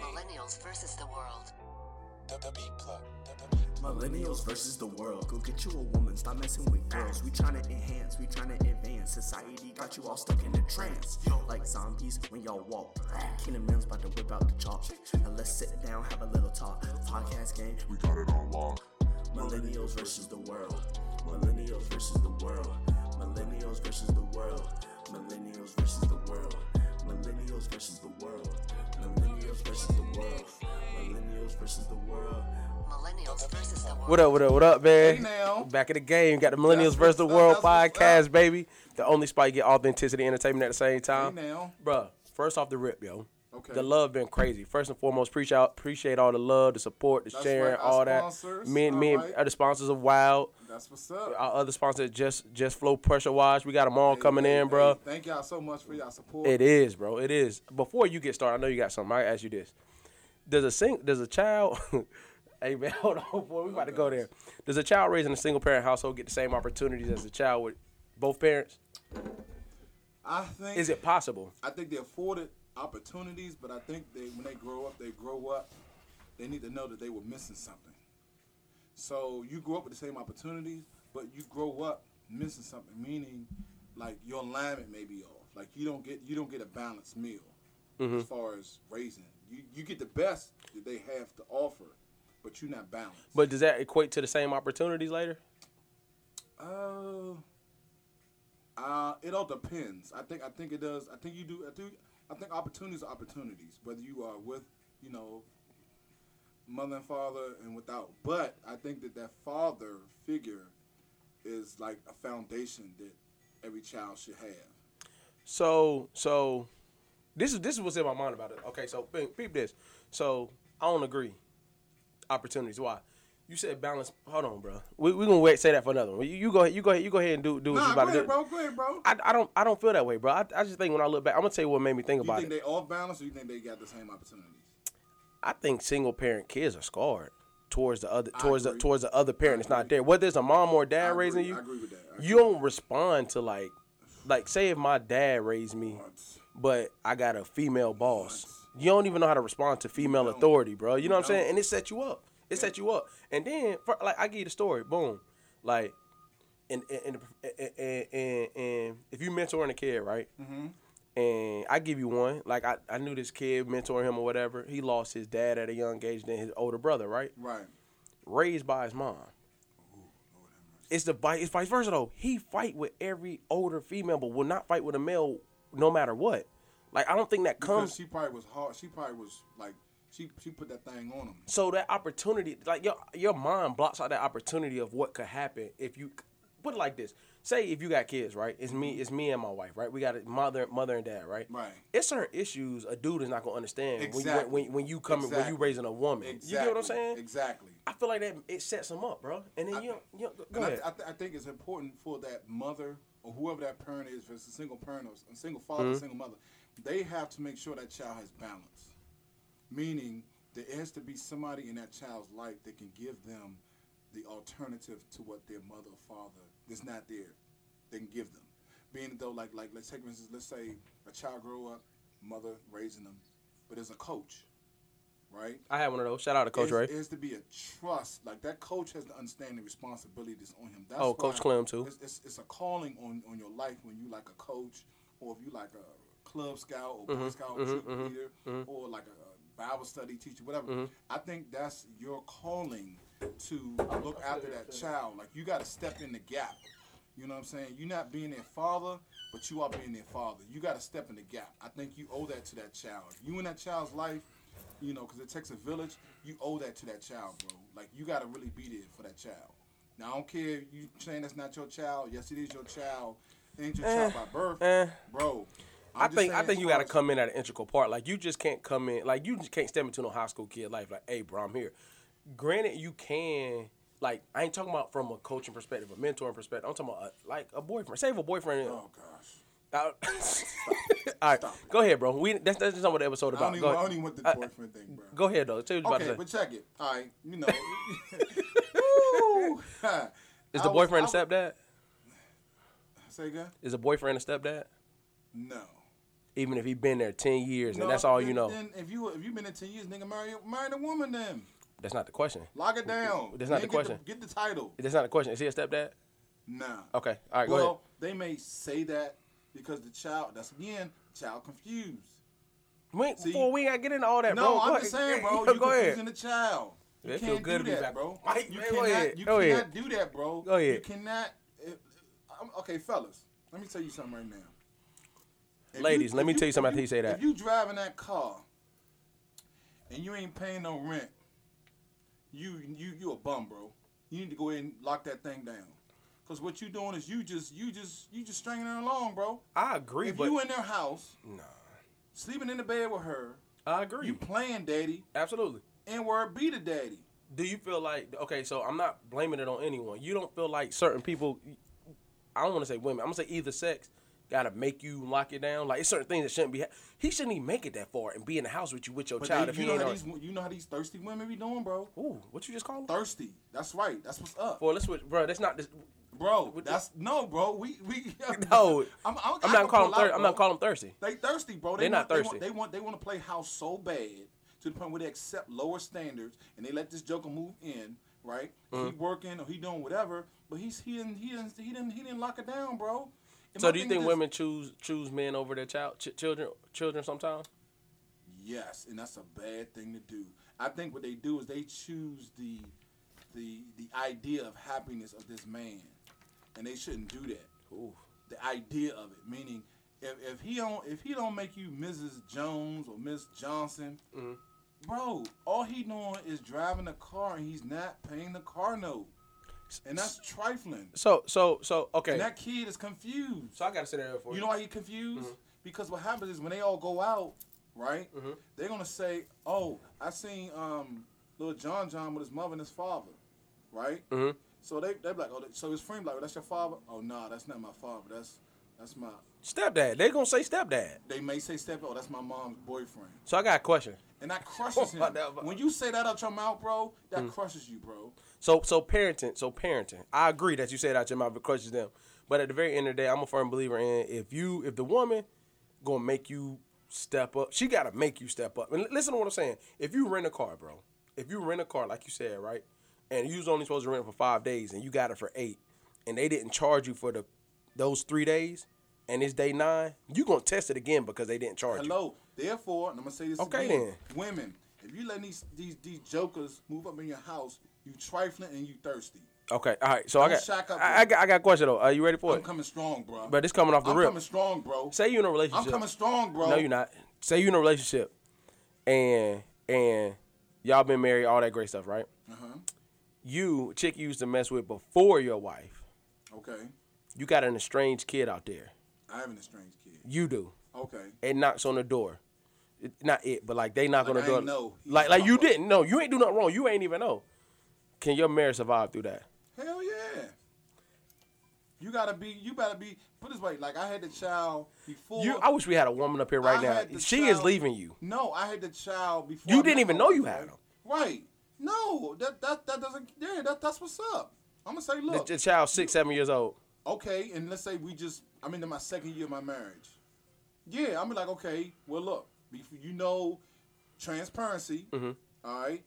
Millennials versus the world. The, the beat plug. The, the beat plug. Millennials versus the world. Go get you a woman, stop messing with girls. We tryna enhance, we tryna advance. Society got you all stuck in a trance. Like zombies when y'all walk. Kingdom Men's about to whip out the chalk. Now let's sit down, have a little talk. Podcast game, We got it on lock. Millennials versus the world. Millennials versus the world. Millennials versus the world. Millennials versus the world. Millennials versus the world. Millennials versus the world. Millennials versus the world. Millennials versus the world. What up, what up, what up, man? Hey, now. Back in the game. Got the Millennials That's versus the what's up, World that's what's podcast, baby. The only spot you get authenticity and entertainment at the same time. Hey, now. Bruh, first off the rip, yo. Okay. The love been crazy. First and foremost, appreciate appreciate all the love, the support, the That's sharing, right, our all that. sponsors, Me and me and alright. other sponsors of Wild, That's what's up. our other sponsors just just flow pressure wash. We got them all coming Hey, in, hey, bruh. Thank y'all so much for y'all support. It is, bro. It is. Before you get started, I know you got something. I gotta ask you this: Does a sing? Does a child? hey man, hold on, boy. We about to go there. Does a child raised in a single parent household get the same opportunities as a child with both parents? I think Is it possible? I think they're afforded opportunities, but I think they when they grow up, they grow up. They need to know that they were missing something. So you grow up with the same opportunities, but you grow up missing something, meaning like your alignment may be off. Like you don't get you don't get a balanced meal Mm-hmm. as far as raising. You you get the best that they have to offer, but you're not balanced. But does that equate to the same opportunities later? Uh, uh, it all depends. I think I think it does. I think you do. I think I think opportunities are opportunities, whether you are with you know mother and father and without. But I think that that father figure is like a foundation that every child should have. So, so this is this is what's in my mind about it. Okay, so peep peep this. So I don't agree. Opportunities. Why? You said balance. Hold on, bro. We we gonna wait. Say that for another one. You, you go ahead. You go ahead. You go ahead and do do what you Nah, about go to ahead, do. bro. Go ahead, bro. I, I don't I don't feel that way, bro. I, I just think when I look back, I'm gonna tell you what made me think you about think it. they off balance, or you think they got the same opportunities? I think single parent kids are scarred towards the other towards the agree. towards the other parent that's not there. Whether it's a mom or a I dad agree. raising you, I agree with that. I you don't respond to like like say if my dad raised me, but I got a female boss. You don't even know how to respond to female authority, bro. You know what I'm saying? And it set you up. It set you up. And then for, like I give you the story. Boom. Like and and and, and, and, and if you mentoring a kid, right? And I give you one. Like I, I knew this kid mentoring him or whatever. He lost his dad at a young age, then his older brother, right? Right. Raised by his mom. It's the vi- it's vice versa though. He fight with every older female, but will not fight with a male no matter what. Like I don't think that Because comes. she probably was hard. She probably was like she she put that thing on him. So that opportunity, like your your mind blocks out that opportunity of what could happen if you put it like this. Say if you got kids, right? It's me, it's me and my wife, right? We got a mother, mother and dad, right? Right. It's certain issues a dude is not gonna understand Exactly. when you when, when you coming when you Exactly. raising a woman. You get what I'm Exactly. saying? Exactly. I feel like that it sets them up, bro. And then you don't, you don't, go And I, ahead. th- I, th- I think it's important for that mother or whoever that parent is, versus a single parent or s- a single father, Mm-hmm. or single mother, they have to make sure that child has balance. Meaning, there has to be somebody in that child's life that can give them the alternative to what their mother or father that's not there. They can give them. Being though, like, like let's take for instance, let's say a child grow up, mother raising them, but there's a coach, right? I had one of those. Shout out to Coach It's- Ray. It has to be a trust. Like that coach has to understand the responsibility that's on him. That's Oh, Coach why Clem, too. It's, it's, it's a calling on, on your life when you like a coach, or if you like a club scout or Mm-hmm, Boy Scout troop leader, or like a, a Bible study teacher, whatever. Mm-hmm. I think that's your calling to look after that child. Like you got to step in the gap. You know what I'm saying? You're not being their father, but you are being their father. You got to step in the gap. I think you owe that to that child. You in that child's life, you know, because it takes a village. You owe that to that child, bro. Like you got to really be there for that child. Now I don't care. if You saying that's not your child? Yes, it is your child. It ain't your child by birth, eh. bro. I I'm just think I saying think as you far got to as- come in at an integral part. Like you just can't come in. Like you just can't step into no high school kid life. Like, hey, bro, I'm here. Granted, you can. Like I ain't talking about from a coaching perspective, a mentoring perspective. I'm talking about a, like a boyfriend. Save a boyfriend. Oh gosh. All right, go ahead, bro. We that's that's not what the episode I about. don't, even, go, I ahead. don't even want the boyfriend thing, bro. Go ahead though. Tell me what you okay, about to but say. check it. All right, you know. Woo! Is I the was- boyfriend I a stepdad? was- Say again? Is the boyfriend a stepdad? No. even if he been there ten years No, and that's all then- you know. Then if you if you been in ten years, nigga, marry marry a woman then. That's not the question. Lock it down. That's not Then the question. Get the, get the title. That's not the question. Is he a stepdad? Nah. Okay. All right. Go ahead. well, they may say that because the child. That's again child confused. Wait, see- before we gotta get into all that, No, bro. I'm Go just ahead. saying, bro. Yo, You go ahead. confusing the child. You It feel can't good to do be that, back. bro. Mike, you man, go cannot. ahead. You Go cannot ahead. do that, bro. Go You ahead. cannot. It, I'm, okay, fellas. Let me tell you something right now. If Ladies, let if me tell you something if after he say that. If you driving that car and you ain't paying no rent, you you you a bum, bro. You need to go ahead and lock that thing down. Cause what you doing is you just you just you just stringing her along, bro. I agree, If but you in their house, Nah. sleeping in the bed with her, I agree. you playing daddy, Absolutely. and word be the daddy. Do you feel like okay? So I'm not blaming it on anyone. You don't feel like certain people. I don't want to say women. I'm gonna say either sex gotta make you lock it down. Like it's certain things that shouldn't be. Ha- he shouldn't even make it that far and be in the house with you with your But child they- if you you know ain't. how on these you know how these thirsty women be doing, bro. Ooh, what you just called? him? Thirsty. That's right. That's what's up, Boy, let's switch, bro. That's not this. bro. With That's no, bro. We we No, I'm, I'm, I'm I not can calling. pull Thir- out, I'm bro. not calling him thirsty. They thirsty, bro. They They not want, thirsty. They want, they want to play house so bad to the point where they accept lower standards and they let this joker move in, right? Mm-hmm. He working or he doing whatever, but he's he didn't he didn't he didn't he didn't lock it down, bro. And So my do you thing is think this- women choose choose men over their child ch- children children sometimes? Yes, and that's a bad thing to do. I think what they do is they choose the the the idea of happiness of this man, and they shouldn't do that. Ooh. The idea of it, meaning if, if he don't if he don't make you Mrs. Jones or Miss Johnson, bro, all he doing is driving a car and he's not paying the car note, and that's trifling. So so so okay. And that kid is confused. so I gotta sit there for You know why he confused? Mm-hmm. Because what happens is when they all go out, right? They're gonna say, "Oh, I seen um, little John John with his mother and his father, right?" Mhm. So they they be like, "Oh, that- so his friend be like, oh, that's your father? Oh, nah, that's not my father. That's that's my." stepdad. They gonna say stepdad. They may say, "Step, oh, that's my mom's boyfriend," So I got a question. and that crushes him. my God. when you say that out your mouth, bro, that Mm. crushes you, bro. So so parenting, so parenting. I agree that you said out your mouth it crushes them. But at the very end of the day, I'm a firm believer in if you if the woman gonna make you step up, she gotta make you step up. And li- listen to what I'm saying. If you rent a car, bro, if you rent a car, like you said, right, and you was only supposed to rent it for five days and you got it for eight, and they didn't charge you for the those three days, and it's day nine, you gonna test it again because they didn't charge you. Hello. Therefore, and I'm gonna say this Okay, again, women, if you letting these these these jokers move up in your house, you trifling and you thirsty. Okay, all right. So I Don't got, shack up, I, bro. I got I got a question though. Are you ready for I'm it? coming strong, bro. But it's coming off the I'm rip. coming strong, bro. Say you in a relationship. I'm coming strong, bro. No, you're not. Say you're in a relationship, and and y'all been married, all that great stuff, right? Uh-huh. You chick you used to mess with before your wife. Okay. You got an estranged kid out there. I have an estranged kid. You do. Okay. It knocks on the door. It, not it, but like they knock Like, on I the door. ain't know. Like like you didn't know. You ain't do nothing wrong. You ain't even know. Can your marriage survive through that? Hell yeah. You gotta be. You gotta be. Put it this way, like I had the child before. You, I wish we had a woman up here I right had now. the She is child- leaving you. No, I had the child before. You I didn't met even my know you wife, had right? him. Right. No, that that that doesn't. Yeah, that that's what's up. I'm gonna say, The, look, the child six, seven years old. okay, and let's say we just I'm into my second year of my marriage. Yeah, I'm like, okay, well look, if you know transparency, Mm-hmm. all right.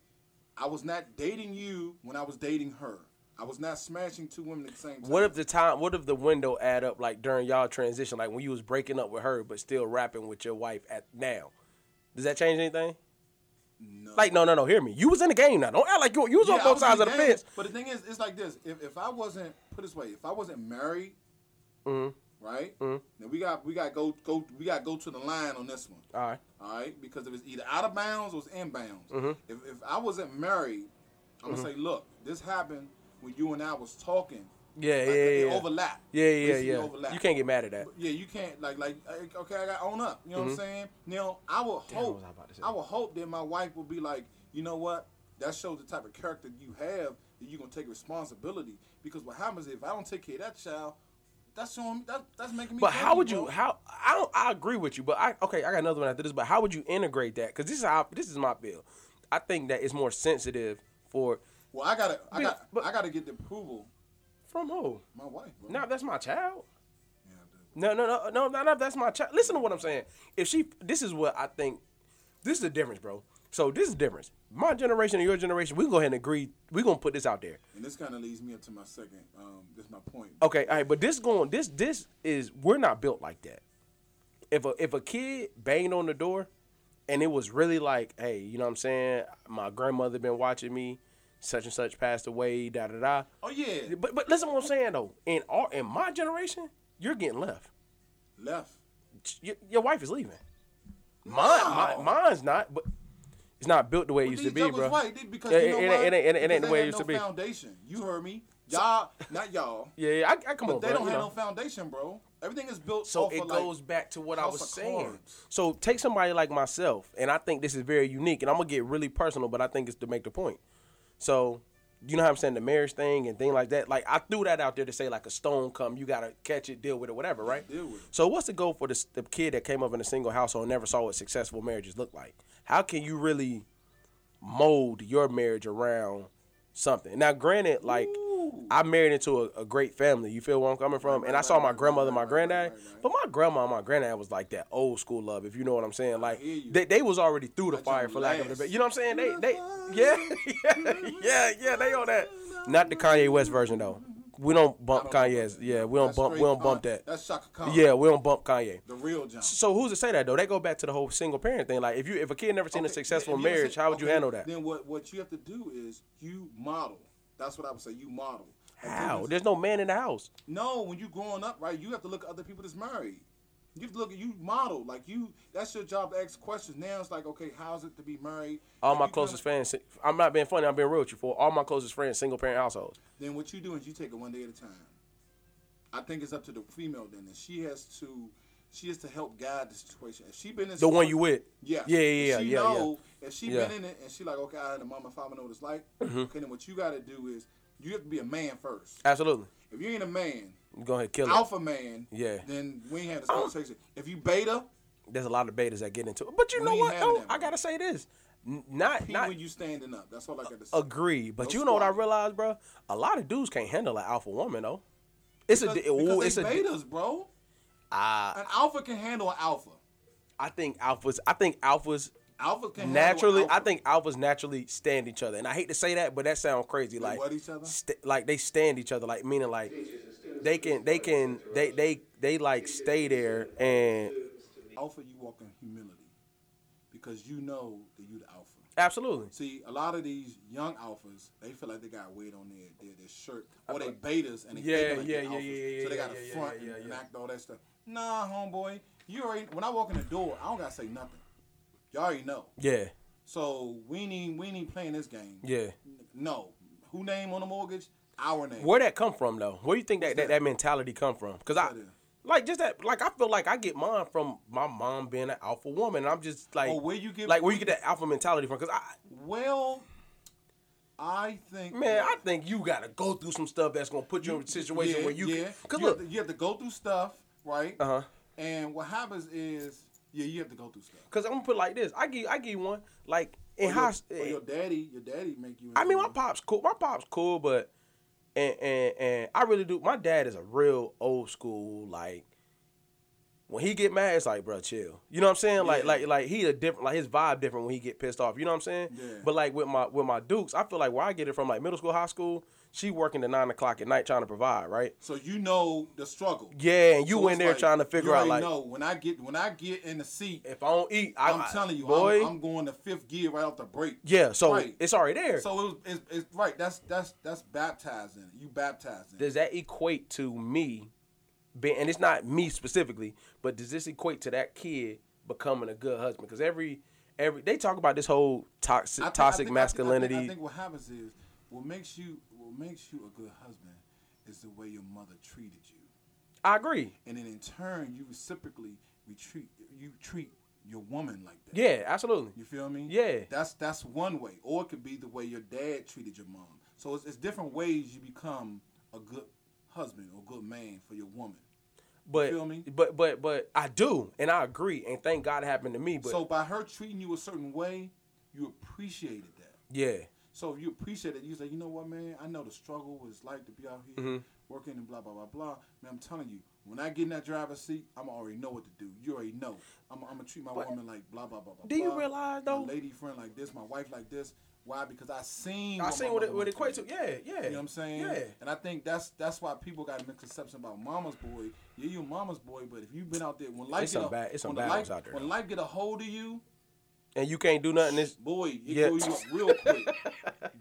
I was not dating you when I was dating her. I was not smashing two women at the same time. What if the time? What if the window add up like during y'all transition, like when you was breaking up with her, but still rapping with your wife at now? Does that change anything? No. Like no, no, no. Hear me. You was in the game now. Don't act like you. You was Yeah, on I both was sides of in the game, fence. But the thing is, it's like this: if, if I wasn't put it this way, if I wasn't married, Mm-hmm. right? Then we got we got go go we got go to the line on this one. All right. All right, because if it's either out of bounds or it's inbounds. Mm-hmm. If, if I wasn't married, I'm gonna say, look, this happened when you and I was talking. Yeah, Like, yeah, it yeah. overlap. Yeah, yeah, Basically yeah. overlap. You can't get mad at that. Mm-hmm. Yeah, you can't like like like, okay, I got own up. You know what I'm saying? Now I would what was hope I about to say? I, would hope that my wife would be like, you know what? That shows the type of character you have that you're gonna take responsibility. Because what happens if I don't take care of that child, that's showing that that's making me. But how guilty, would you? bro. How I don't. I agree with you. But I okay. I got another one after this. But how would you integrate that? Because this is how. This is my bill. I think that it's more sensitive for Well, I gotta I But- got but- I gotta get the approval. from who? My wife. Bro. Now that's my child. Yeah, I do. No, no, no, no, no, no. That's my child. Listen to what I'm saying. If she, this is what I think. This is the difference, bro. So this is the difference. My generation and your generation, we can go ahead and agree. We gonna put this out there. And this kind of leads me up to my second. Um, this is my point. Okay, all right, but this going this this is we're not built like that. If a if a kid banged on the door and it was really like, hey, you know what I'm saying? My grandmother been watching me, such and such passed away, da da da. Oh yeah, But but listen to what I'm saying though. In our in my generation, you're getting left. left. Your, your wife is leaving. Mine, No. mi- mine's not, but it's not built the way it used to These be, jokers bro. White, they- because Yeah, you know it, it what? ain't, it ain't, it ain't Because the they way it had used no to be. Foundation. You heard me. Y'all, not y'all. Yeah, yeah, I, I come on, They bro, don't you have know. no foundation, bro. Everything is built. So off it of, like- goes back to what I House was of saying. Cards. So take somebody like myself, and I think this is very unique, and I'm gonna get really personal, but I think it's to make the point. So you know how I'm saying the marriage thing and thing like that. Like I threw that out there to say like a stone come, you gotta catch it, deal with it, whatever, right? Deal with it. So what's the goal for this, the kid that came up in a single household and never saw what successful marriages look like? How can you really mold your marriage around something? Now, granted, like I married into a, a great family. You feel where I'm coming from? and I saw my grandmother, my granddad, but my grandma, and my granddad was like that old school love, if you know what I'm saying. Like hear you. they, they was already through the Let fire your for lack of a last. better. You know what I'm saying? They they yeah yeah yeah yeah they on that. Not the Kanye West version though. We don't bump I don't know Kanye's. about that. Yeah, we don't That's bump. We straight don't bump Kanye. that. That's Shaka Khan. Yeah, we don't bump Kanye. the real John. So who's to say that though? They go back to the whole single parent thing. Like if you if a kid never seen a Okay, successful if you ever marriage, said- how would you okay, handle that? Then what what you have to do is you model. That's what I would say. You model. Like, How? you- There's no man in the house. No, when you growing up, right, you have to look at other people that's married. You have to look at you model like you. That's your job to ask questions. Now it's like, okay, how's it to be married? All If my you kinda- closest friends. I'm not being funny. I'm being real with you. For all my closest friends, single parent households. Then what you do is you take it one day at a time. I think it's up to the female then, and she has to, she has to help guide the situation. If she been in The one you with. Yeah. Yeah. If Yeah. Yeah. she Yeah. yeah. know, If she Yeah. Mm-hmm. been in it and she like, okay, I had a mama, if I know what it's like, okay, then what you got to do is you have to be a man first. Absolutely. If you ain't a man, Go ahead, kill it. alpha man, Yeah. then we ain't had this conversation. If you beta, There's a lot of betas that get into it. But you We know ain't what? having though? that, I bro. gotta say this. N- Not pee not when you standing up. That's all I got to say. agree. But No you know what I squatting. realized, bro? A lot of dudes can't handle an alpha woman though. It's a di- Because, ooh, because it's they a Ah. di- betas, bro. an alpha can handle an alpha. I think alphas. I think alphas Alpha can naturally. Handle an alpha. I think alphas naturally stand each other, and I hate to say that, but that sounds crazy. like what each other? st- like they stand each other. Like meaning like they can they can they they they like stay there and alpha. You walk in humility because you know that you the alpha. absolutely. See, a lot of these young alphas, they feel like they got weight on their their, their shirt, or they betas, and they Yeah, thinking like yeah, they're yeah, alphas. yeah, yeah, So they yeah, got to yeah, front yeah, yeah, and yeah. act all that stuff. Nah, homeboy, you already. When I walk in the door, I don't gotta say nothing. Y'all already know. Yeah, So we ain't we ain't playing this game. yeah. No, who name on the mortgage? Our name. Where that come from though? Where you think that that, that mentality come from? Because I. What's that is? Like just that, like I feel like I get mine from my mom being an alpha woman. and I'm just like, Oh, where you get- like where you get that alpha mentality from? Because I, Well, I think Man, I think you gotta go through some stuff that's gonna put you in a situation where you yeah. can. Cause you, look, have to, you have to go through stuff, right? Uh-huh. And what happens is, yeah, you have to go through stuff. cause I'm gonna put it like this. I give, I give one like in Or high. your, or your daddy, your daddy make you. I mean, my pops cool. My pops cool, but and and and I really do. My dad is a real old school like. When he get mad, it's like, bro, chill. You know what I'm saying? Like, Yeah. like, like he a different, like his vibe different when he get pissed off. You know what I'm saying? Yeah. But like with my with my Dukes, I feel like where I get it from, like middle school, high school, she working to nine o'clock at night trying to provide, right? So you know the struggle. Yeah, and you So in it's there like, trying to you figure out already like, know when I get when I get in the seat. If I don't eat, I, I'm telling you, boy. I'm, I'm going to fifth gear right off the break. yeah, so Right. it's already there. So it was, it's, it's right. That's that's that's baptizing. You baptizing. does that equate to me? Being, and it's not me specifically, but does this equate to that kid becoming a good husband? Because every every they talk about this whole toxic I think- I toxic think- I think- I think- masculinity. I think, what happens is what makes you what makes you a good husband is the way your mother treated you, I agree. and then in turn you reciprocally we treat you treat your woman like that. Yeah, absolutely. You feel me? Yeah. That's that's one way, or it could be the way your dad treated your mom. So it's, it's different ways you become a good husband or good man for your woman. But feel me? but but but I do, and I agree, and thank God it happened to me. But so by her treating you a certain way, you appreciated that. yeah, So if you appreciate it, you Mm-hmm. say, you know what, man, I know the struggle was like to be out here working and blah blah blah blah. Man, I'm telling you, When I get in that driver's seat, I'm already know what to do. You already know. I'm, I'm gonna treat my woman like blah blah blah blah. Do you blah, realize, my though- lady friend like this, my wife like this. Why? Because I seen. I my seen mama what it, what went it equates through. to. Yeah, yeah. You know what I'm saying? Yeah. And I think that's that's why people got a misconception about mama's boy. Yeah, you a mama's boy, but if you've been out there when life It's get some a, bad- it's some when the bad life, ones out there, when though. life get a hold of you, And you can't do nothing. It's, boy, it Yeah. grows you up real quick.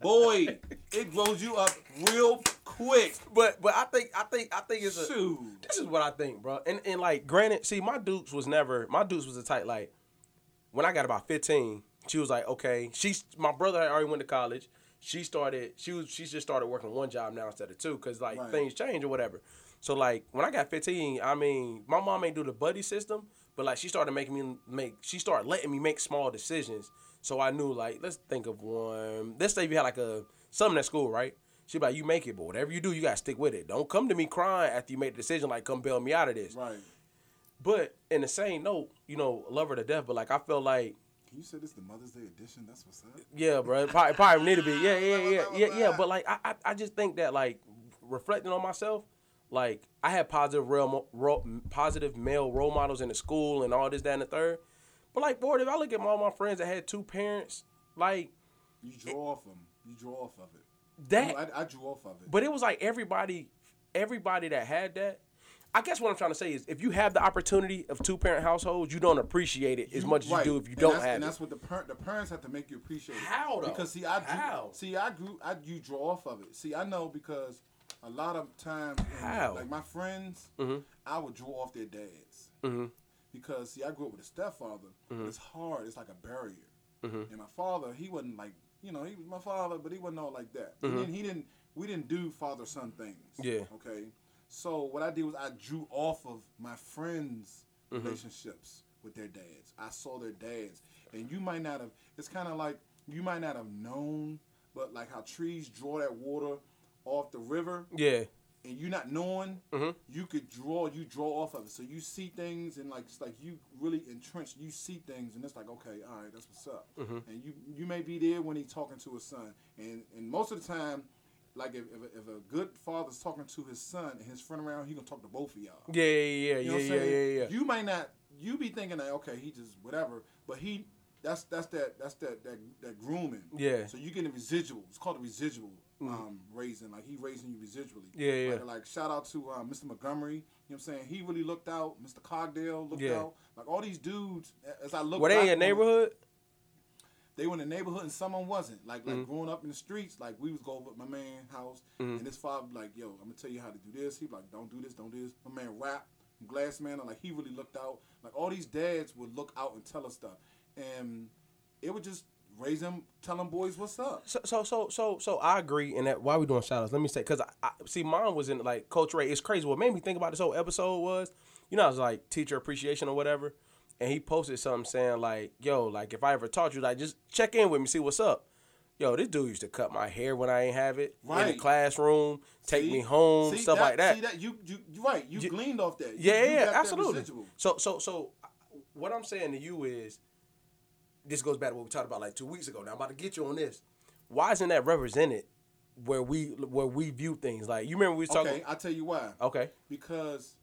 boy, it grows you up real quick. but but I think I think I think it's a. Shoot. This is what I think, bro. And and like, granted, see, my Dukes was never my Dukes was the type like when I got about fifteen, she was like, okay, she's my brother had already went to college. She started, she was she just started working one job now instead of two, cause like Right. things change or whatever. So like when I got fifteen, I mean, my mom ain't do the buddy system, but like she started making me make, she started letting me make small decisions. So I knew like, let's think of one. Let's say you had like a something at school, right? She be like, you make it, but whatever you do, you gotta stick with it. Don't come to me crying after you make the decision, like come bail me out of this. Right. But in the same note, you know, love her to death, but like I felt like Can you say this the Mother's Day edition? That's what's up. yeah, bro. Probably, probably need to be. Yeah, yeah, yeah, yeah, yeah. But like, I, I, I just think that like reflecting on myself, like I had positive real, mo- ro- positive male role models in the school and all this, that, and the third. But like, boy, if I look at all my friends that had two parents, like You draw off them. You draw off of it. that. Oh, I, I drew off of it. But it was like everybody, everybody that had that. I guess what I'm trying to say is, if you have the opportunity of two parent households, you don't appreciate it as You- much as right. you do if you And don't that's, have And it. that's what the par- the parents have to make you appreciate. it. How, though? Because see, I drew, How? see, I grew, I you draw off of it. See, I know because a lot of times, in- How? Mm-hmm. like my friends, I would draw off their dads because see, I grew up with a stepfather. It's hard. It's like a barrier. And my father, he wasn't like you know he was my father, but he wasn't all like that. He, didn't, he didn't. We didn't do father son things. Yeah. Okay. So what I did was I drew off of my friends' relationships with their dads. I saw their dads, and you might not have. It's kind of like you might not have known, but like how trees draw that water off the river yeah, and you not knowing, you could draw, you draw off of it. So you see things and like it's like you really entrenched. You see things and it's like okay, all right, that's what's up. And you you may be there when he's talking to his son, and and most of the time, like if, if, a, if a good father's talking to his son and his friend around, he gonna talk to both of y'all. yeah, yeah, yeah, You know yeah, what I'm yeah, yeah, saying? yeah, yeah. You might not. You be thinking that okay, he just whatever, but he that's that's that that's that that, that grooming. Yeah. Mm-hmm. So you get a residual. It's called a residual um, raising. Like he raising you residually. Yeah, yeah. Like, like shout out to um, Mr. Montgomery. You know what I'm saying? He really looked out. Mr. Cogdale looked Yeah. out. Like all these dudes. a- As I look, Were they in back your on it, neighborhood? they were in the neighborhood and someone wasn't. Like Mm. like growing up in the streets, like we was go over at my man's house and his father be like, yo, I'm gonna tell you how to do this. He be like, don't do this, don't do this. My man rap, glass man, like he really looked out. Like all these dads would look out and tell us stuff. And it would just raise them, tell them boys what's up. so so so so so I agree in that. Why we doing shout outs? Let me say because I, I see mine was in like Coach Ray. It's crazy. What made me think about this whole episode was, you know, I was like teacher appreciation or whatever, and he posted something saying like, "Yo, like if I ever taught you, like just check in with me, see what's up." Yo, this dude used to cut my hair when I ain't have it in the Right. classroom, take See? me home, See stuff like that. See that you you you right, you, gleaned off that. You- Yeah, you yeah, got that absolutely. residual. So, so, so, uh, what I'm saying to you is, this goes back to what we talked about like two weeks ago. Now I'm about to get you on this. Why isn't that represented where we where we view things? Like you remember we was talking. Okay, I tell you why. Okay. Because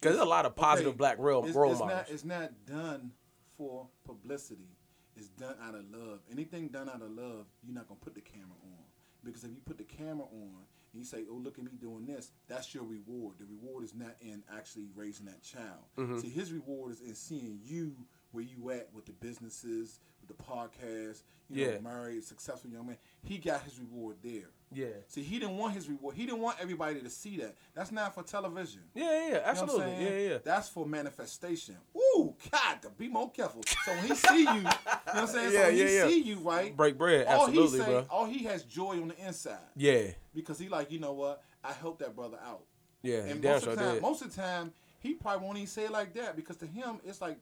Because there's a lot of positive Okay, black role, it's, role it's models. Not, it's not done for publicity. It's done out of love. Anything done out of love, you're not gonna put the camera on because if you put the camera on and you say, "Oh, look at me doing this," that's your reward. The reward is not in actually raising that child. Mm-hmm. See, his reward is in seeing you where you at with the businesses, with the podcast. You Yeah. know, married, successful young man. He got his reward there. Yeah. See, he didn't want his reward. He didn't want everybody to see that. That's not for television. yeah, yeah, You know what absolutely. I'm yeah, saying? yeah, yeah. That's for manifestation. Ooh, God, to be more careful. So when he see you, you know what I'm saying? Yeah, so when yeah, he yeah. see you, right? Break bread, all absolutely, he say, bro. All he has joy on the inside. yeah, Because he like, you know what? I helped that brother out. yeah. And damn most sure of the time, did. most of the time, he probably won't even say it like that because to him, it's like,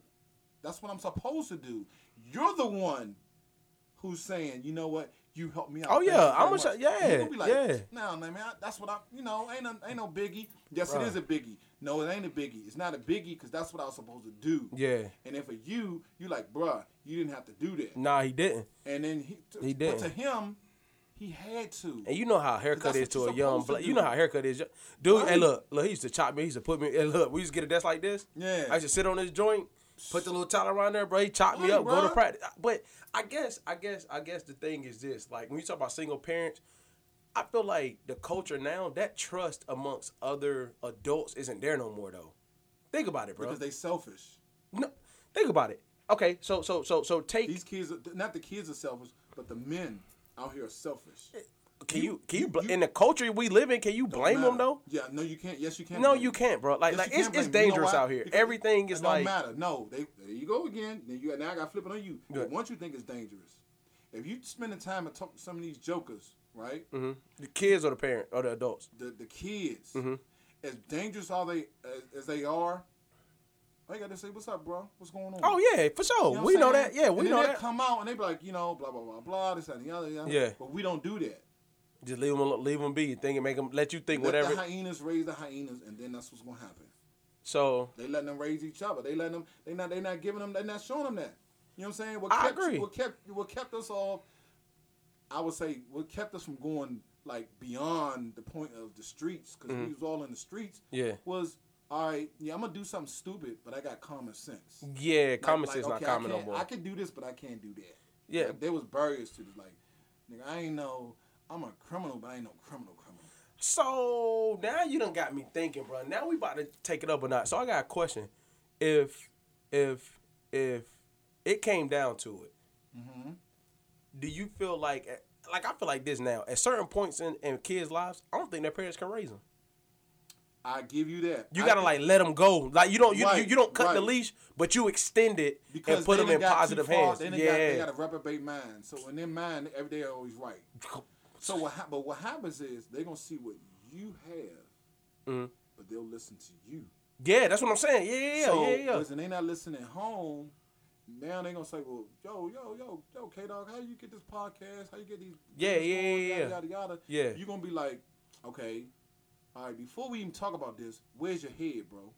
that's what I'm supposed to do. You're the one who's saying, you know what? You helped me out. Oh, Thank yeah, you very I'ma much." say- And yeah, he gonna be like, yeah. No, no, man, I- that's what I, you know, ain't no, ain't no biggie. Yes, Right. it is a biggie. No, it ain't a biggie. It's not a biggie because that's what I was supposed to do. Yeah. And then for you, you like, bruh, you didn't have to do that. Nah, he didn't. And then he, He but didn't. to him, He had to. And you know how haircut That's is what to you're a young supposed to black. You do. know how haircut is, dude. Hey, Right. look, look. He used to chop me. He used to put me. And look, we used to get a desk like this. Yeah. I used to sit on this joint, put the little towel around there, bro. He chopped me Right, up, go to bruh. practice. But I guess, I guess, I guess the thing is this: like when you talk about single parents, I feel like the culture now that trust amongst other adults isn't there no more though. Think about it, bro. because they selfish. no, think about it. Okay, so so so so take. These kids, are, not the kids are selfish, but the men out here are selfish. can you can you, you- bl- you- in the culture we live in? Can you Don't blame matter. them though? Yeah, no, you can't. Yes, you can. No, blame you them. can't, bro. Like, Yes, like you it's, can it's blame them. You know dangerous why? out here. Because Everything it is don't like, matter. No, they there you go again. Then you now I got flipping on you. Good. But once you think it's dangerous, if you spending time and talk to some of these jokers, right? mm-hmm. the kids or the parent or the adults. The the kids, Mm-hmm. as dangerous all they as, as they are, I gotta say, what's up, bro? What's going on? Oh yeah, for You sure. what we I'm know saying? that. Yeah, And we then know they'll that. Come out and they be like, you know, blah blah blah blah, this that, and the other. yada. Yeah. But we don't do that. Just leave them, leave them be. Think and make them let you think Let whatever. the hyenas raise the hyenas, and then that's what's gonna happen. so They letting them raise each other. They letting them. They not. They not giving them. They not showing them that. You know what I'm saying? What I kept, agree. What kept what kept us all. I would say what kept us from going like beyond the point of the streets because we was all in the streets. Mm. Yeah. Was all right. Yeah, I'm gonna do something stupid, but I got common sense. Like- yeah, common sense okay, I not common no can't- more. I can do this, but I can't do that. Yeah. Like, there was barriers to this. Like, nigga, I ain't no. I'm a criminal, but I ain't no criminal criminal. so now you done got me thinking, bro. Now we about to take it up or not. So I got a question. If if if it came down to it, Mm-hmm. do you feel like eh, like I feel like this now? At certain points in, in kids' lives, I don't think their parents can raise them. I give you that. You I gotta think- like let them go. Like you don't you, you, Right, you don't cut the right. leash, but you extend it and because put they them done in got too positive far, hands. They done got, they yeah. got a reprobate mind. So in their mind, every day are always right. So what? hap but what happens is they're gonna see what you have, but they'll listen to you. yeah, that's what I'm saying. Mm-hmm. Yeah, yeah, so, yeah, yeah, yeah. Listen, they not listening at home. Now they gonna say, well, yo, yo, yo, yo, K Dog, how you get this podcast? How you get these? Yeah, these yeah, going, yeah, yada, yeah. yada, yada. Yeah. You gonna be like, okay, all right. Before we even talk about this, where's your head, bro?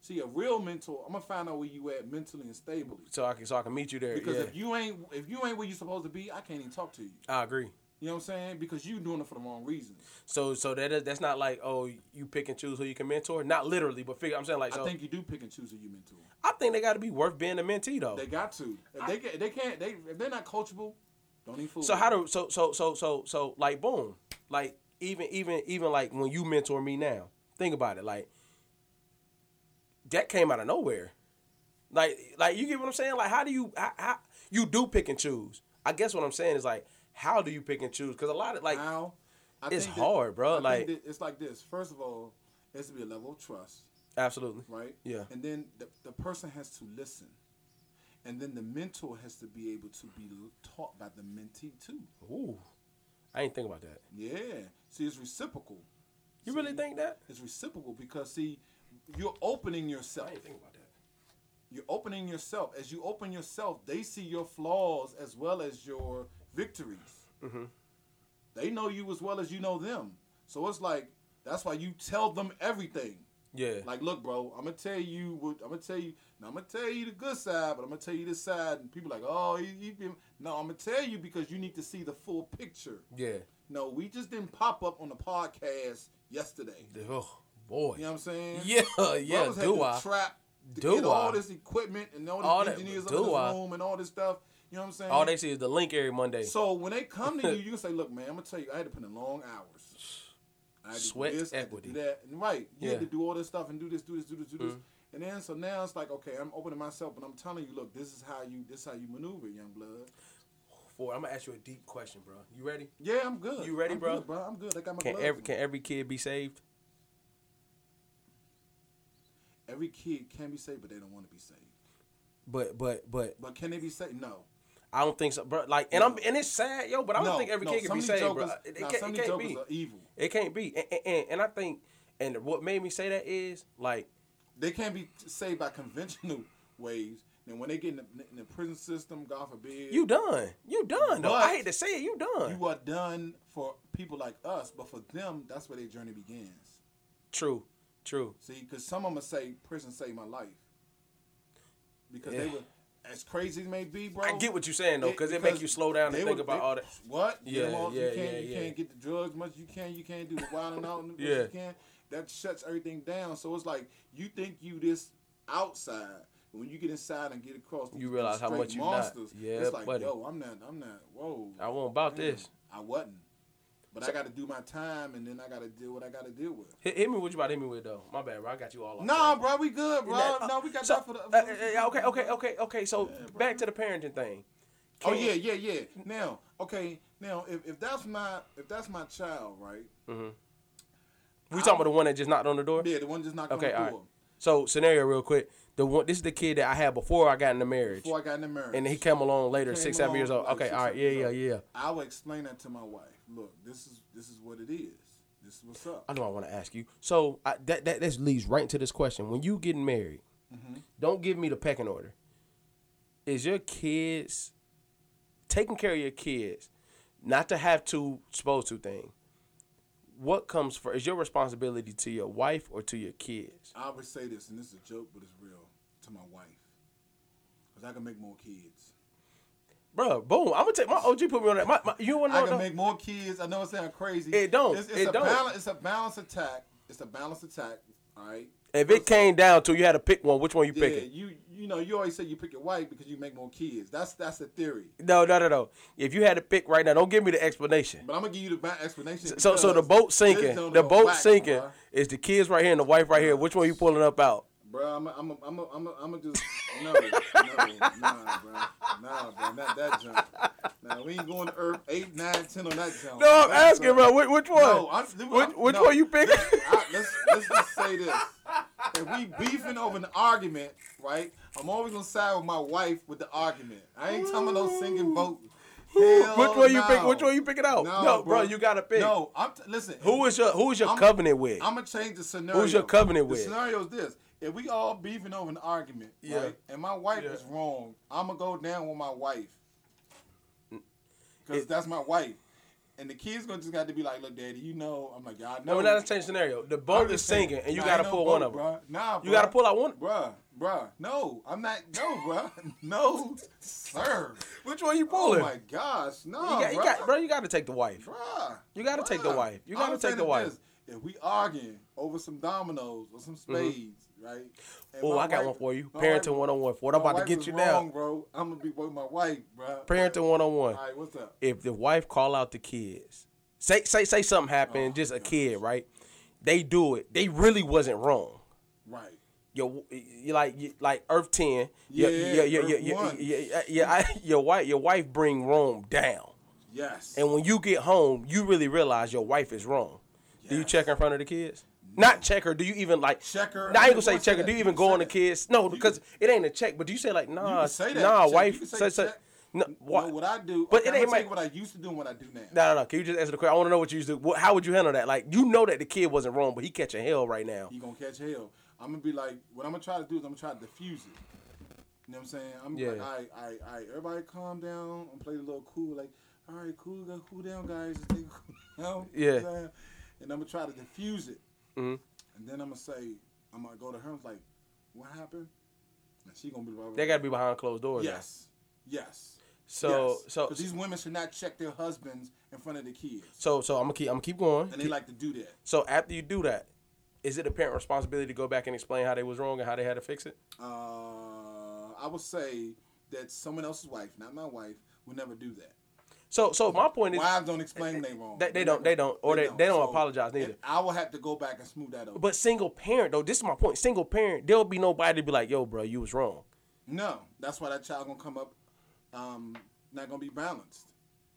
See, a real mentor, I'm gonna find out where you at mentally and stably. So I can so I can meet you there. Because yeah. if you ain't if you ain't where you supposed to be, I can't even talk to you. I agree. You know what I'm saying? Because you doing it for the wrong reasons. So so that is, that's not like oh you pick and choose who you can mentor. Not literally, but figure. I'm saying like so. I think you do pick and choose who you mentor. they got to be worth being a mentee though. They got to. If they ca- they can't they if they're not coachable, don't even fool. So with how it. do so so so so so like boom like even even even like when you mentor me now think about it like that came out of nowhere like like you get what I'm saying like how do you how, how you do pick and choose I guess what I'm saying is like how do you pick and choose because a lot of like How? I It's think that- hard, bro. I Like- think that it's like this. First of all, it has to be a level of trust, absolutely right? yeah And then the, the person has to listen, and then the mentor has to be able to be l- taught by the mentee too. ooh I ain't think about that Yeah. See, it's reciprocal. you really think that It's reciprocal because see, you're opening yourself. about that You're opening yourself. As you open yourself, they see your flaws as well as your victories. Mm-hmm. They know you as well as you know them. So it's like that's why you tell them everything. yeah Like, look, bro, I'm gonna tell you what I'm gonna tell you. Now I'm gonna tell you the good side, but I'm gonna tell you this side. And people like, oh, he, he been-" no, I'm gonna tell you because you need to see the full picture. yeah No, we just didn't pop up on the podcast yesterday. oh boy You know what I'm saying? yeah yeah Brothers had do to I trap to Do get I? all this equipment and all All these that- engineers do in this I? room and all this stuff. You know what I'm saying? all they see is the link every Monday so when they come to you, you can say, "Look, man, I'm gonna tell you, I had to put in long hours. I had to Sweat do this, equity. I had to do that, and right, you had Yeah. Mm-hmm. to do all this stuff and do this, do this, do this, do this." And then so now it's like, okay, I'm opening myself, but I'm telling you, look, this is how you, this is how you maneuver, young blood. Four, I'm gonna ask you a deep question bro you ready Yeah, I'm good. You ready, I'm bro? Good, bro, I'm good. I got my Can gloves. every on. can every kid be saved? Every kid can be saved, but they don't want to be saved. But but but But can they be saved? No. I don't think so, bro. Like and I'm and it's sad, yo. But I don't no, think every no, kid can some be of these saved, bro. jokers- It, it nah, can't, some it of these can't jokers be. are evil. It can't be. And, and- and and I think and what made me say that is like they can't be saved by conventional ways. And when they get in the, in the prison system, God forbid, you done, you done. Though But- I hate to say it, you done. you are done for people like us. But for them, that's where their journey begins. true, true. See, because some of them say, "Prison saved my life," because they Yeah. were, as crazy as may be, bro. I get what you're saying though, because it, make you slow down they and think would- about they- all that. What? Yeah, Yeah, you yeah, can't, yeah, You yeah. can't get the drugs much. You can. You can't do the wilding out. and Yeah. You can. That shuts everything down. So it's like you think you this outside. but When you get inside and get across, You realize how straight much you not. monsters, Yeah, it's like buddy. yo, I'm not, I'm not. Whoa, I won't about Damn, this. I wasn't, but I got to do my time, and then I got to deal what I got to deal with. Hit, hit me with you about to hit me with though. My bad, bro. I got you all. off. No, bro, we good, bro. Nah, uh, no, we got so, that for the. uh, uh, okay, okay, okay, okay. So back to the parenting thing. Oh Can't- yeah, yeah, yeah. Now, okay, now if, if that's my if that's my child, right? We talking about the one that just knocked on the door? Yeah, the one just knocked on Okay, all the right. door So scenario real quick. The one this is the kid that I had before I got into marriage. before I got in the marriage. and he came along later, Came six, seven along, years old. like, okay, six, all right, yeah, seven yeah, years yeah. I will explain that to my wife. Look, this is this is what it is. This is what's up. I know I want to ask you. So I, that that that leads right into this question. When you getting married, Mm-hmm. don't give me the pecking order. Is your kids taking care of your kids? Not to have to supposed to thing. What comes first? Is your responsibility to your wife or to your kids? I would say this, and this is a joke, but it's real to my wife, because I can make more kids. Bruh, boom! I'm gonna take my OG. Put me on that. My, my, you want I to can know? make more kids. I know it sounds crazy. It don't. It's, it's It a don't. Balance, it's a balance attack. It's a balance attack. All right. if it came down to you had to pick one, which one you Yeah, picking? you you know you always say you pick your wife because you make more kids. That's that's the theory. No, no, no, no. If you had to pick right now, don't give me the explanation. But I'm gonna give you the back explanation. So, so the because boat this sinking. don't The go boat back, sinking bruh. is the kids right here and the wife right here. Which one you pulling up out? Bro, I'm a, I'm a, I'm a, I'm a, I'm a just no, no, nah, bro, nah, bro, not that jump. Nah, we ain't going to Earth eight, nine, ten on that jump. No, I'm That's asking, right. bro. Which, which one? No, I'm, I'm, which which no, one you picking? This, I, let's let's just say this: if we beefing over an argument, right? I'm always gonna side with my wife with the argument. I ain't talking about no singing boat. Hell Which one you no. pick- which one you picking out? No, No, bro, bro, you gotta pick. No, I'm t- listen. who is your Who is your I'm- covenant with? I'm gonna change the scenario. Who's your covenant with? The scenario is this: if we all beefing over an argument, Yeah. right, and my wife Yeah. is wrong, I'm gonna go down with my wife Mm. because that's my wife, and the kids gonna just got to be like, "Look, daddy, you know." I'm like, "Yeah, I know." no, we're not a change scenario. The boat is Understand. sinking, and you Nah, gotta ain't no pull one vote, of them. bruh. Nah, You gotta pull out one. Bruh, bruh, no, I'm not. No, bruh, no, sir. Which one you Oh pulling? my gosh, no, you got, you bruh. got, bro. You gotta take the wife. Bruh, You gotta take the bruh. wife. You gotta I'm take the saying wife. this, If we arguing over some dominoes or some spades, right? and Oh, my Mm-hmm. I got wife- one for you. my Parenting wife- one on one. What I'm my about to wife get is you wrong, down. bro. I'm gonna be with my wife, bruh. Parenting one on one. All right, what's up? if the wife call out the kids, say say say something Oh, happened, just a kid, right? They do it. They really wasn't wrong. Right. Your you like you, like Earth Ten. Your, Yeah, your, your, Earth your, your, One. your, your, I- your wife your wife bring Rome down, Yes. and when you get home, you really realize your wife is wrong. Do you Yes. check in front of the kids? Not check her. Do you even like Check her. Nah, I ain't gonna You say can check her. say Do you that. even You go can on the say that. kids? No, can- because it ain't a check. But do you say like nah, can say that. nah, Check. You wife? can say such- such- check. no, What? why- what I do, But okay, it I'm gonna ain't tell my- you what I used to do and what I do now. No, no, no. Can you just answer the question? I want to know what you used to. What, how would you handle that? Like, you know that the kid wasn't wrong, but he catching hell right now. he gonna catch hell. I'm gonna be like, what I'm gonna try to do is I'm gonna try to diffuse it. You know what I'm saying? I'm gonna be Yeah. like, all right, all right, all right, everybody calm down. I'm playing a little cool, like, all right, cool, go cool down, guys. Just take a cool down. You know what I'm Yeah. Mm-hmm. saying? and I'm gonna try to diffuse it. And then I'm gonna say, I'm gonna go to her. I'm like, what happened? And she gonna be like, They got to be behind closed doors. now. yes, yes. So, yes. so, 'Cause these women should not check their husbands in front of the kids, so, so I'm gonna keep. I'm gonna keep going. and they like to do that. So after you do that, is it a parent responsibility to go back and explain how they was wrong and how they had to fix it? Uh, I would say that someone else's wife, not my wife, would never do that. So, so my point is, Wives don't explain they wrong. They- they don't- they don't, or they- they don't apologize neither. and I will have to go back and smooth that over. but single parent though, this is my point. Single parent, there'll be nobody to be like, "Yo, bro, you was wrong." no, that's why that child gonna come up, um, not gonna be balanced.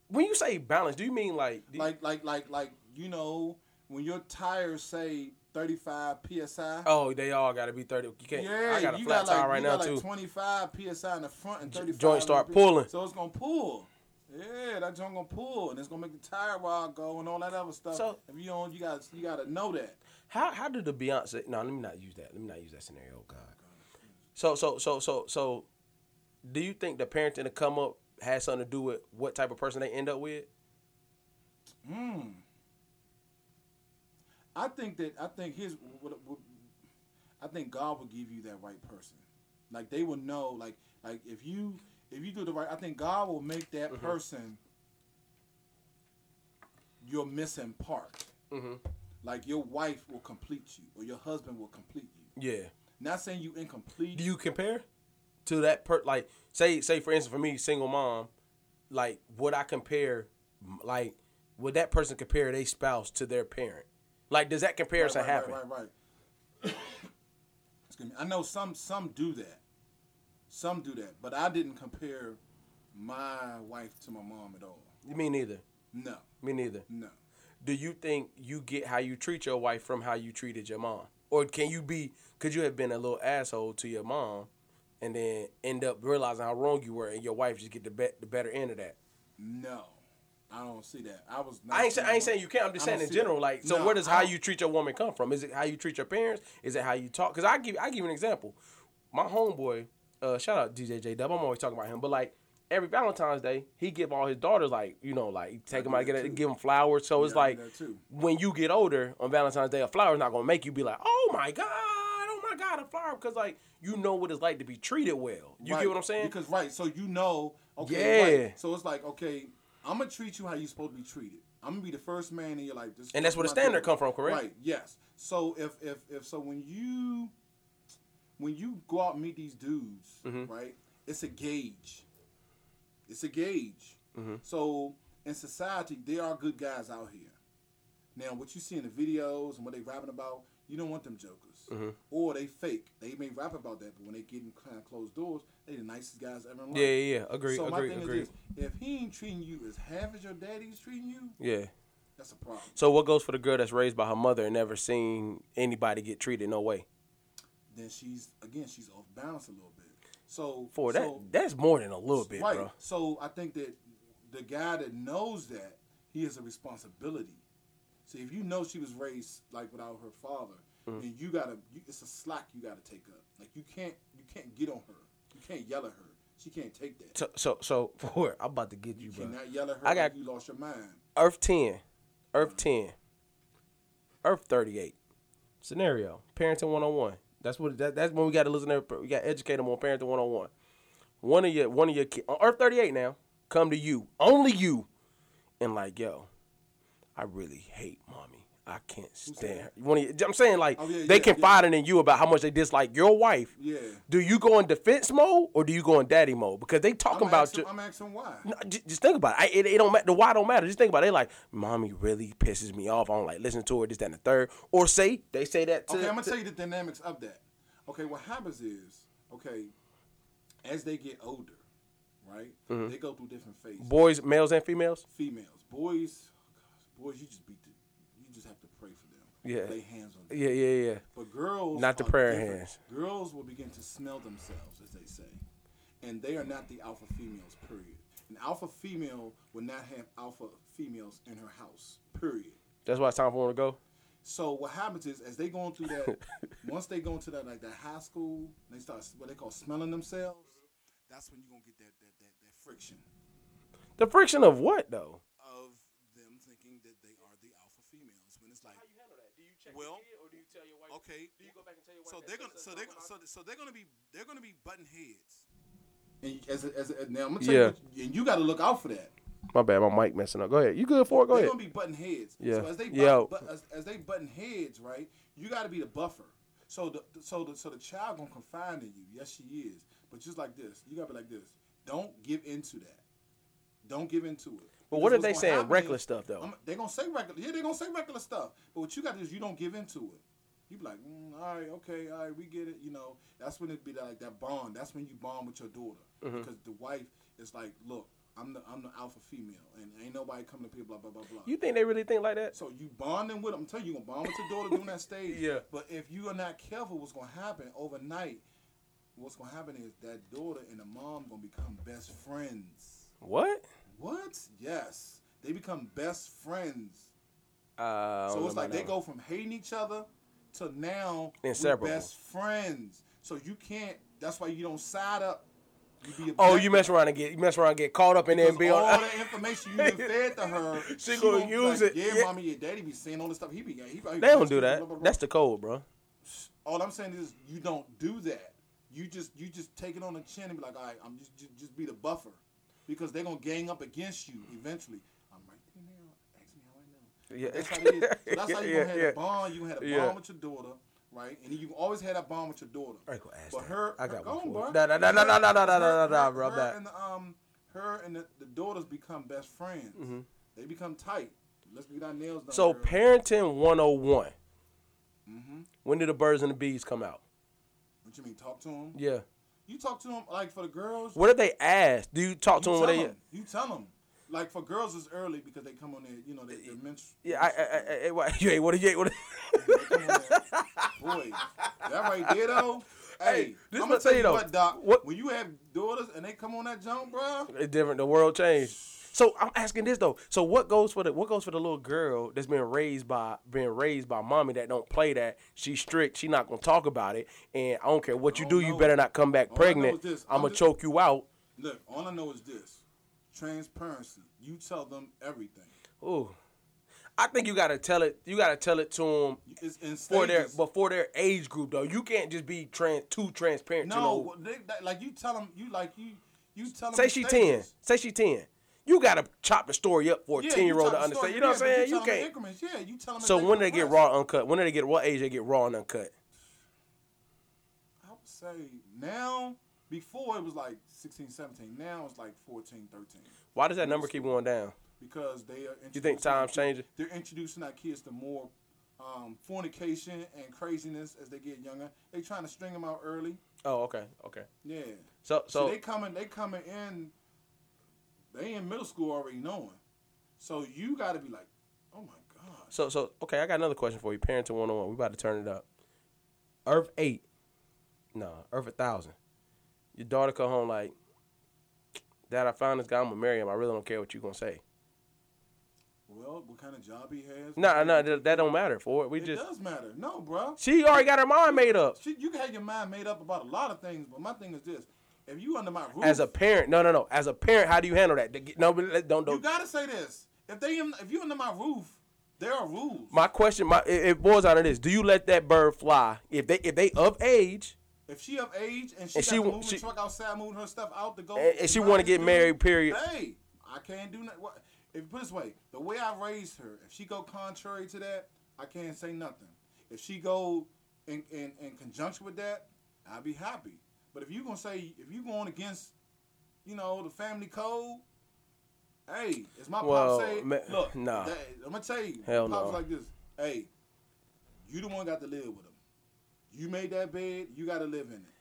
When you say balance, do you mean like, Like like like like you know when your tires say 35 psi. oh, they all got to be thirty? You can't. Yeah, I got a you flat got like, tire right you now got like too. 25 psi in the front and 35. joint in start the back. pulling. So it's gonna pull. Yeah, that joint gonna pull, and it's gonna make the tire rod go and all that other stuff. So- if you don't, you got you gotta know that. How how did the Beyonce? No, let me not use that. Let me not use that scenario. God. So so so so so, do you think the parenting to come up has something to do with what type of person they end up with? I think that I think his what, what, I think God will give you that right person. Like they will know. Like like if you if you do the right, I think God will make that Mm-hmm. person your missing part. Mm-hmm. Like your wife will complete you, or your husband will complete you. Yeah. Not saying you incomplete. Do you compare to that per like say say for instance for me single mom, like would I compare like would that person compare their spouse to their parent? Like does that comparison right, happen? Right, right, right. Excuse me. I know some some do that. Some do that, but I didn't compare my wife to my mom at all. Me neither. No, Me neither. no. Do you think you get how you treat your wife from how you treated your mom, or can you be could you have been a little asshole to your mom, and then end up realizing how wrong you were, and your wife just get the be- the better end of that? No, I don't see that. I was. Not I ain't, say, I someone- ain't saying you can't. I'm just I don't saying in see general. that. Like, so No, where does I how don't- you treat your woman come from? Is it how you treat your parents? Is it how you talk? Because I give I give you an example. My homeboy, uh, shout out DJ J Dub. I'm always talking about him, but like every Valentine's Day, he give all his daughters like you know like he take them out do get that a, too. give them flowers. So it's Yeah, I like do that too. when you get older on Valentine's Day, a flower's not gonna make you be like, oh my god, oh my god, a flower, because like you know what it's like to be treated well. You Right, get what I'm saying? Because right, so you know, okay, Yeah. right. So it's like, okay, I'm gonna treat you how you supposed to be treated. I'm gonna be the first man in your life. This And that's where the my standard dude. come from, correct? Right. Yes. So if if if so, when you when you go out and meet these dudes, Mm-hmm. right, it's a gauge. It's a gauge. Mm-hmm. So in society, there are good guys out here. Now, what you see in the videos and what they rapping about, you don't want them jokers. Mm-hmm. Or they fake. They may rap about that, but when they get in kind of closed doors, they the nicest guys ever. In life. Yeah, yeah, yeah. Agree, So agree, my thing agree. is this: if he ain't treating you as half as your daddy's treating you, yeah. that's a problem. So what goes for the girl that's raised by her mother and never seen anybody get treated no way? Then she's again, she's off balance a little bit. So For that, so, that's more than a little bit, bro. So I think that the guy that knows that he has a responsibility. See, if you know she was raised like without her father, Mm-hmm. then you gotta. You, it's a slack you gotta take up. Like you can't. You can't get on her. You can't yell at her. She can't take that. So, so, so for I'm about to get you, you bro. cannot yell at her. I got- like you lost your mind. Earth ten, Earth ten, Earth thirty eight. Scenario: Parenting one on one. That's what. That, that's when we got to listen to. We got to educate them on parenting one on one. One of your, one of your kids, Earth thirty eight now, come to you, only you, and like, yo, I really hate mommy. I can't stand her. One of your, I'm saying like Oh, yeah, they yeah, confiding in you about how much they dislike your wife. Yeah. Do you go in defense mode or do you go in daddy mode? Because they I'm talking about asking, you. I'm asking why. No, ju- just, think about it. I, it. It don't matter. The why don't matter. Just think about it. They like, mommy really pisses me off. I don't like listening to her. This, that, and the third. Or say they say that to. Okay, I'm gonna to- tell you the dynamics of that. Okay, what happens is, okay, as they get older, right, Mm-hmm. they go through different phases. boys, males, and females. females, boys, boys, you just beat the, you just have to pray for them. Yeah. lay hands on them. Yeah, yeah, yeah. But girls, Not the are prayer different. hands. Girls will begin to smell themselves, as they say, and they are not the alpha females. Period. An alpha female will not have alpha females in her house. Period. That's why it's time for them to go. So what happens is, as they going through that, once they go into that like that high school, they start what they call smelling themselves. That's when you are gonna get that that, that, that friction The friction of what though? of them thinking that they are the alpha females when it's like Well, or do you tell your wife? okay back and tell your so they're gonna so they're gonna so, so they're gonna be they're gonna be button heads and as a, as a, now I'm gonna tell Yeah. you what- and you got to look out for that My bad. My mic messing up. Go ahead. You good for it? Go they're ahead. gonna be button heads Yeah. so as they Yo. but, but, as, as they button heads right you got to be the buffer so the so the so the child gonna confide in you yes she is but just like this you gotta be like this don't give into that don't give into it But what Because if they what's gonna saying happen reckless is- stuff, though? I'm- they gonna say reckless. Yeah, they gonna say reckless stuff. But what you got to do is you don't give into it. You be like, mm, all right, okay, all right, we get it. You know, that's when it be like that bond. That's when you bond with your daughter Mm-hmm. because the wife is like, look, I'm the I'm the alpha female, and ain't nobody coming to people. Blah blah blah blah. You think they really think like that? so you bonding with them. I'm telling you, you gonna bond with your daughter during that stage. Yeah. But if you are not careful, what's gonna happen overnight? What's gonna happen is that daughter and the mom gonna become best friends. What? What? Yes, they become best friends. Uh, So it's like they go from hating each other to now we Inseparable. best friends. So you can't. That's why you don't side up. You be Oh, objective. you mess around and get you mess around and get caught up and then Because be all on. the information you done fed to her, She gonna be use like, it. Yeah, Yeah. mommy, your daddy be saying all this stuff. He be, he, he They don't do that. That's the code, bro. all I'm saying is you don't do that. you just you just take it on the chin and be like, all right, I'm just just, just be the buffer, because they're gonna gang up against you eventually. I'm right there now. Ask me how I know. Yeah. That's how it is. So that's how you Yeah, gonna have yeah. a bond. You gonna have a bond Yeah. with your daughter, right? And you always had that bond with your daughter. I ain't gonna ask but that. her, I her, got one go for on, you. bro. Nah, nah, nah, nah, nah, nah, nah, nah, Her- nah, her- bro, I'm her back. And the, um, her and the, the daughters become best friends. They become tight. Let's get our nails done. Mm-hmm. So girl. parenting 101. Mm-hmm. When did the birds and the bees come out? what you mean? Talk to them. Yeah. You talk to them like for the girls. What did they ask? Do you talk to you them when tell they? 'em. You tell them. Like for girls, it's early because they come on there. You know, they, they're menstrual. Yeah, I, I, I, I, what, you ain't what? You ain't what? Boy, that right there though. Hey, this I'm what I gonna tell tell you you though. what, Doc. What- When you have daughters and they come on that jump, bro, It's different. The world changed. So I'm asking this though. So what goes for the what goes for the little girl that's been raised by being raised by mommy that don't play that? She's strict. She not gonna talk about it. And I don't care what you I do, don't you know. better not come back All I know pregnant. is this. I'm I'm gonna just- choke you out. look. All I know is this: transparency. You tell them everything. Ooh, I think you gotta tell it. You gotta tell it to them It's in for their stages. before their age group though. You can't just be trans too transparent. to no, know- what they, that, like you tell them, you like you, you tell them. Say in she ten. stages. Say she ten. You gotta chop the story up for a Yeah, you ten year old to tell them understand. stories. You know what I'm Yeah, but saying? You tell them in can't. Increments. Yeah, you tell them. So as when do they get progress. raw and uncut? When do they get what age they get raw and uncut? I would say now. Before it was like 16, 17. Now it's like 14, 13. Why does that number keep going down? because they are. You introducing think time's our kid- changing? They're introducing our kids to more um, fornication and craziness as they get younger. They trying to string them out early. Oh, okay, okay. Yeah. So So, so they coming. They coming in. They in middle school already knowing. So you got to be like, oh my god. so so okay. I got another question for you. Parenting one on one. We about to turn it up. Earth eight. No, Earth a thousand. Your daughter come home like, Dad, I found this guy. I'm gonna marry him. I really don't care what you gonna say. Well, what kind of job he has? No, no, that, that don't matter. For it, we It just does matter. No, bruh. she already got her mind made up. She, you can have your mind made up about a lot of things, but my thing is this: if you under my roof, As a parent, no, no, no. As a parent, how do you handle that? To get- No, but let- don't, you don't. gotta say this. If they, in- if you under my roof, there are rules. My question, my it, it boils down to this: Do you let that bird fly if they if they of age If she of age and she got And she to wa- move she- the truck outside, moving her stuff out to go, And- and she buy wanna this get food, married, period. Hey, I can't do nothing. What- If you put it this way, the way I raised her, if she go contrary to that, I can't say nothing. If she go in in, in conjunction with that, I'll be happy. But if you gonna say if you going against, you know, the family code. Hey, as my Well, pop say, ma- look, nah. that- I'm gonna tell you, Hell pop's no. like this. Hey, you the one got to live with him. You made that bed, you got to live in it.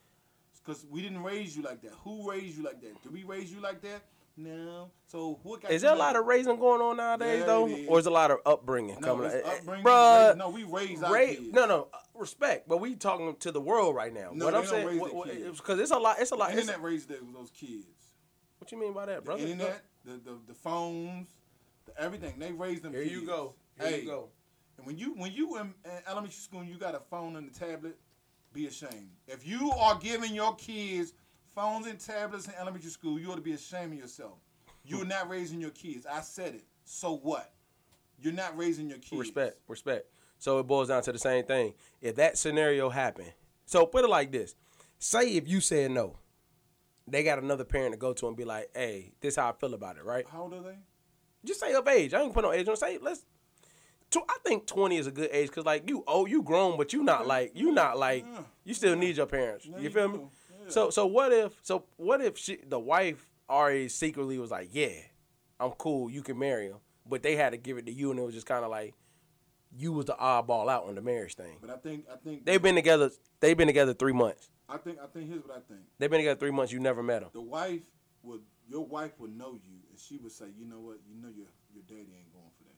Because we didn't raise you like that. Who raised you like that? Did we raise you like that? No. So what got is you there a lot like- of raising going on nowadays Yeah, though, it is. or is a lot of upbringing no, coming? it's Eh, eh, upbringing, bruh, raise- No, we raised our Ra- kids. no, no, uh, respect, but we talking to the world right now. No, what they I'm don't saying, raise what, their what, kids. it's, cause it's a lot, it's a The lot. It's, internet raised those those kids. what you mean by that, The brother? internet, the, the, the phones, the everything. They raised them Here kids. you go. Here hey, you go. And when you when you in, in elementary school and you got a phone and a tablet, be ashamed. If you are giving your kids phones and tablets in elementary school, you ought to be ashamed of yourself. You're not raising your kids. I said it. So what? You're not raising your kids. Respect, respect. So it boils down to the same thing. If that scenario happened, so put it like this: say if you said no, they got another parent to go to and be like, "Hey, this how I feel about it." Right? How old are they? Just say of age. I ain't put no age on. Say let's. Tw- I think twenty is a good age because like you oh you grown but you not like you not like you still need your parents. You you feel me? do. Yeah. So so what if so what if she the wife already secretly was like yeah I'm cool you can marry him but they had to give it to you and it was just kind of like you was the oddball out on the marriage thing. But I think I think They've been together. They've been together three months. I think I think here's what I think. They've been together three months. You never met him. The wife would your wife would know you and she would say, you know what, you know your your daddy ain't going for that.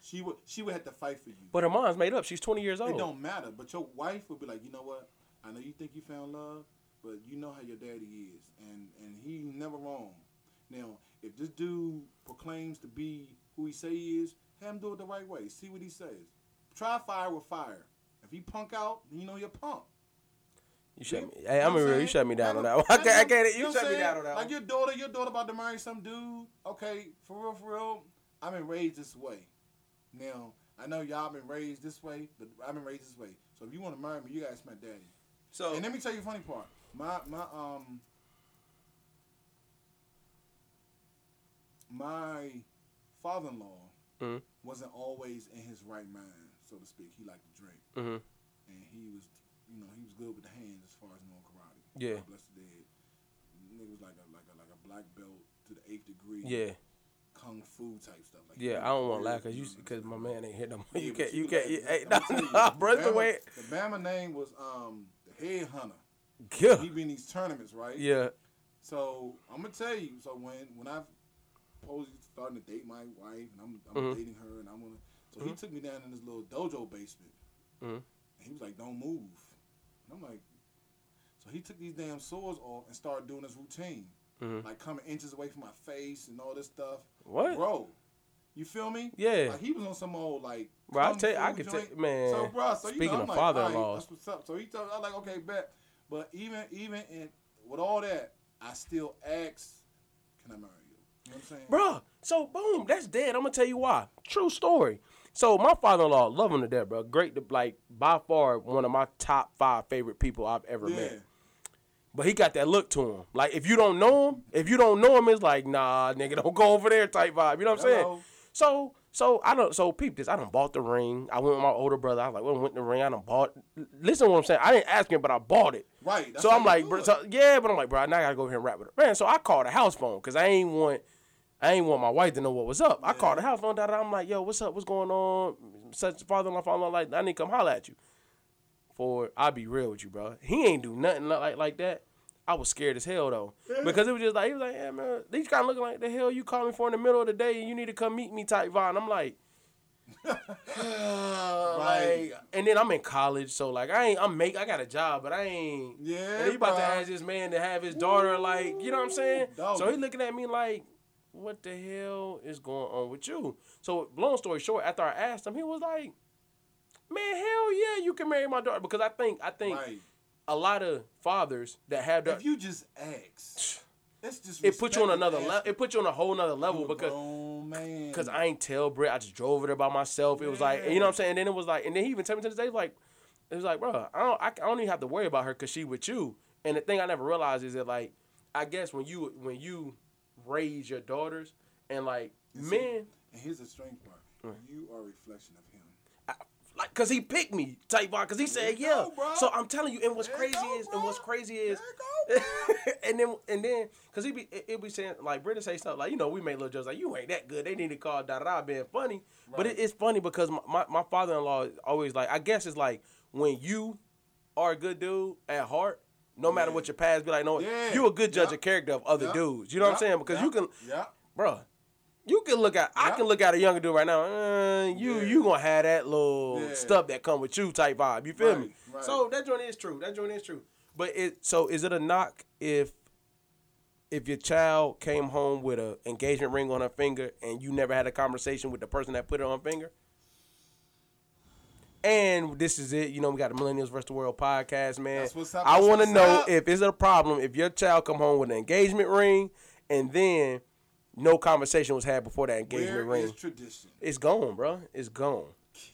She would she would have to fight for you. But her mom's made up. She's twenty years old. It don't matter. But your wife would be like, you know what? I know you think you found love, but you know how your daddy is, and and he never wrong. Now, if this dude proclaims to be who he say he is, have him do it the right way. See what he says. Try fire with fire. If he punk out, then you know you're punk. You shut me. You Hey, know I'm what real. You saying? shut me Like, down on that one. I like, can't. I can't know you what shut me saying? down on that Like one. your daughter, your daughter about to marry some dude. Okay, for real, for real. I've been raised this way. Now I know y'all been raised this way, but I've been raised this way. So if you want to marry me, you gotta ask my daddy. So And let me tell you a funny part. My my um my father-in-law Mhm. wasn't always in his right mind, so to speak. He liked to drink, Mhm. and he was, you know, he was good with the hands as far as knowing karate. Yeah. God bless the dead. Nigga was like a like a like a black belt to the eighth degree. Yeah, kung fu type stuff. Like yeah. he I don't want was to lie because really you good. because my man ain't here no more. Yeah, You but can't. You can can't. You, laugh. hey, I'm nah, telling you, nah, the bruh, the Bama- way. The Bama name was um the headhunter. Yeah. He be in these tournaments, right? Yeah. So I'm gonna tell you. So when when I was starting to date my wife, and I'm, I'm Mhm. dating her, and I'm gonna. So Mm-hmm. he took me down in this little dojo basement. Mhm. And he was like, "Don't move." And I'm like, so he took these damn swords off and started doing his routine, Mhm. like coming inches away from my face and all this stuff. What? bro? You feel me? Yeah. Like he was on some old like. Bro, I kung tell you- I fu could joint. tell- man, So, bro, so you speaking know, I'm of like, father-in-laws. all right, that's what's up. So he told, I'm like, okay, bet. But even even in with all that, I still ask, can I marry you? You know what I'm saying? Bruh, so boom, that's dead. I'm gonna tell you why. True story. So my father-in-law, love him to death, bro. Great, to, like by far one of my top five favorite people I've ever yeah. met. But he got that look to him. Like if you don't know him, if you don't know him, it's like nah, nigga, don't go over there type vibe. You know what I'm Hello. saying? So so I don't so peep this. I done bought the ring. I went with my older brother. I was like, well, went the ring. I done bought. Listen to what I'm saying. I didn't ask him, but I bought it. Right, that's So how I'm you like, do bro, it. so- yeah, but I'm like, bro, now I gotta go over here and rap with her. Man, so I called a house phone because I ain't want. I ain't want my wife to know what was up. I called the house phone. Da, da, I'm like, yo, what's up? What's going on? Such father-in-law, father-in-law, like, I need to come holler at you for I'll be real with you, bro. He ain't do nothing li- like like that. I was scared as hell though. Because it was just like he was like, Yeah, man, these kinda looking like the hell you call me for in the middle of the day and you need to come meet me type vibe. And I'm like, Right. and then I'm in college, so like I ain't I'm make I got a job, but I ain't Yeah, and he about to bruh. ask this man to have his daughter, like, you know what I'm saying? dog. So he looking at me like, What the hell is going on with you? So long story short, after I asked him, he was like, Man, hell yeah, you can marry my daughter. Because I think I think Right. a lot of fathers that have that If you just ask, that's just it put you on respect another and level. It put you on a whole nother level asking. because Grown man. because I ain't tell Britt. I just drove over there by myself. It was like you know what I'm saying. And then it was like, and then he even tell me to this day like, it was like, bro, I don't I, I don't even have to worry about her because she with you. And the thing I never realized is that like, I guess when you when you raise your daughters and like And see, men. And here's the strange part. You are a reflection of him. Like, cause he picked me type vibe, cause he said you yeah. go, bro. so I'm telling you, and what's There you crazy go, is, bro. and what's crazy is, There you go, and then and then, cause he be it be saying like Britta say something like you know we make little jokes like you ain't that good. They need to call da da being funny, but it, Right. it's funny because my, my, my father in law is always like I guess it's like when you are a good dude at heart. No matter what your past be like, no, Yeah. you a good judge Yeah. of character of other Yeah. dudes. You know what I'm Yeah. saying? Because you Yeah. can, Yeah. bruh, you can look at I Yeah. can look at a younger dude right now. Uh, you Yeah. you gonna have that little Yeah. stuff that come with you type vibe. You feel me? Right, right. So that joint is true. That joint is true. But it so is it a knock if if your child came home with a engagement ring on her finger and you never had a conversation with the person that put it on her finger? And this is it. You know, we got the Millennials versus the World podcast, man. That's what's up, I that's want to what's know up. if it's a problem if your child come home with an engagement ring and then no conversation was had before that engagement Where ring. is tradition? it's gone, bro. It's gone.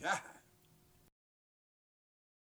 God